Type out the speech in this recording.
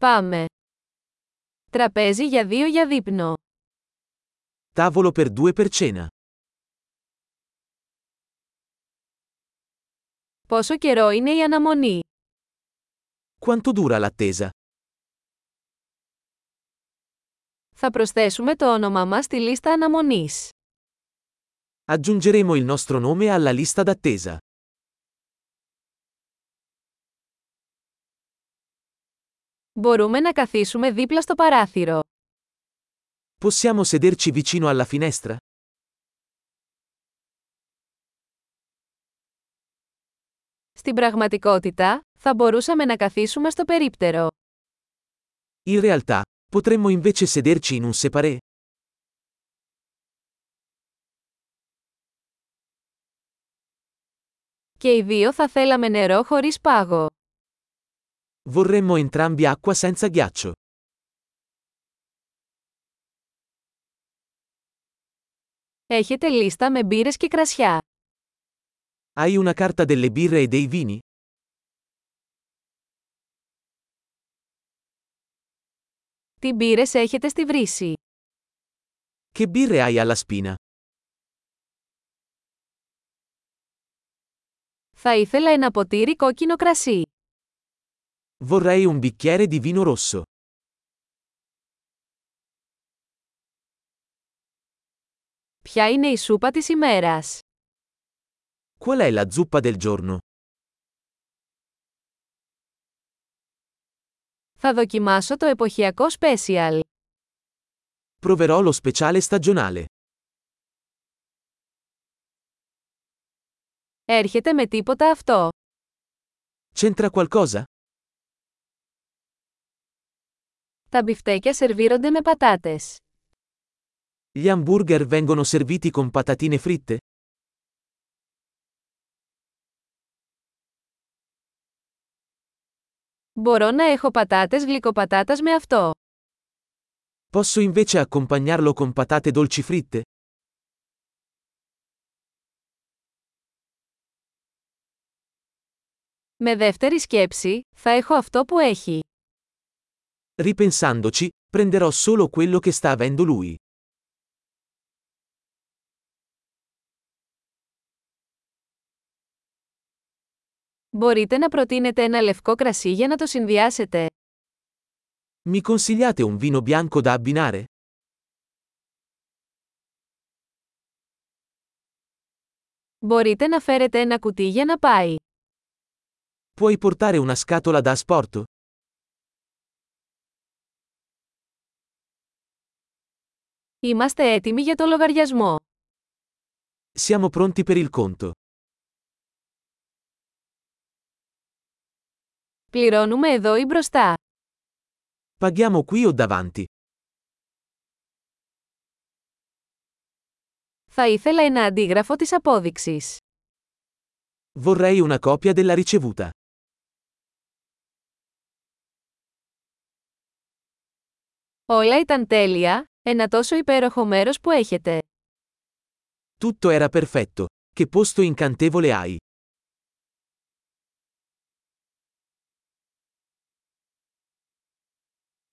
Πάμε. Τραπέζι για δύο για δείπνο. Tavolo per due per cena. Πόσο καιρό είναι η αναμονή. Quanto dura l'attesa? Θα προσθέσουμε το όνομά μας στη λίστα αναμονής. Aggiungeremo il nostro nome alla lista d'attesa. Μπορούμε να καθίσουμε δίπλα στο παράθυρο. Possiamo sederci vicino alla finestra? Στην πραγματικότητα, θα μπορούσαμε να καθίσουμε στο περίπτερο. In realtà, potremmo invece sederci in un separé. Και οι δύο θα θέλαμε νερό χωρίς πάγο. Vorremmo entrambi acqua senza ghiaccio. Έχετε λίστα με μπύρες και κρασιά. Hai una carta delle birre e dei vini? Τι μπύρες έχετε στη βρύση. Che birre hai alla spina? Θα ήθελα ένα ποτήρι κόκκινο κρασί. Vorrei un bicchiere di vino rosso. Ποια είναι η σούπα της ημέρας. Qual è la zuppa del giorno? Θα δοκιμάσω το εποχιακό special. Proverò lo speciale stagionale. Έρχεται με τίποτα αυτό. C'entra qualcosa? Τα μπιφτέκια σερβίρονται με πατάτες. Gli hamburger vengono serviti con patatine fritte? Μπορώ να έχω πατάτες γλυκοπατάτας με αυτό. Posso invece accompagnarlo con patate dolci fritte? Με δεύτερη σκέψη, θα έχω αυτό που έχει. Ripensandoci, prenderò solo quello che sta avendo lui. Μπορείτε να προτείνετε ένα λευκό κρασί για να το συνδυάσετε. Mi consigliate un vino bianco da abbinare? Μπορείτε να φέρετε ένα κουτί για να πάει. Puoi portare una scatola da asporto? Είμαστε έτοιμοι για το λογαριασμό. Siamo pronti per il conto. Πληρώνουμε εδώ ή μπροστά. Paghiamo qui o davanti? Θα ήθελα ένα αντίγραφο της απόδειξης. Vorrei una copia della ricevuta. Όλα ήταν τέλεια, ένα τόσο υπέροχο μέρος που έχετε. Tutto era perfetto. Che posto incantevole hai!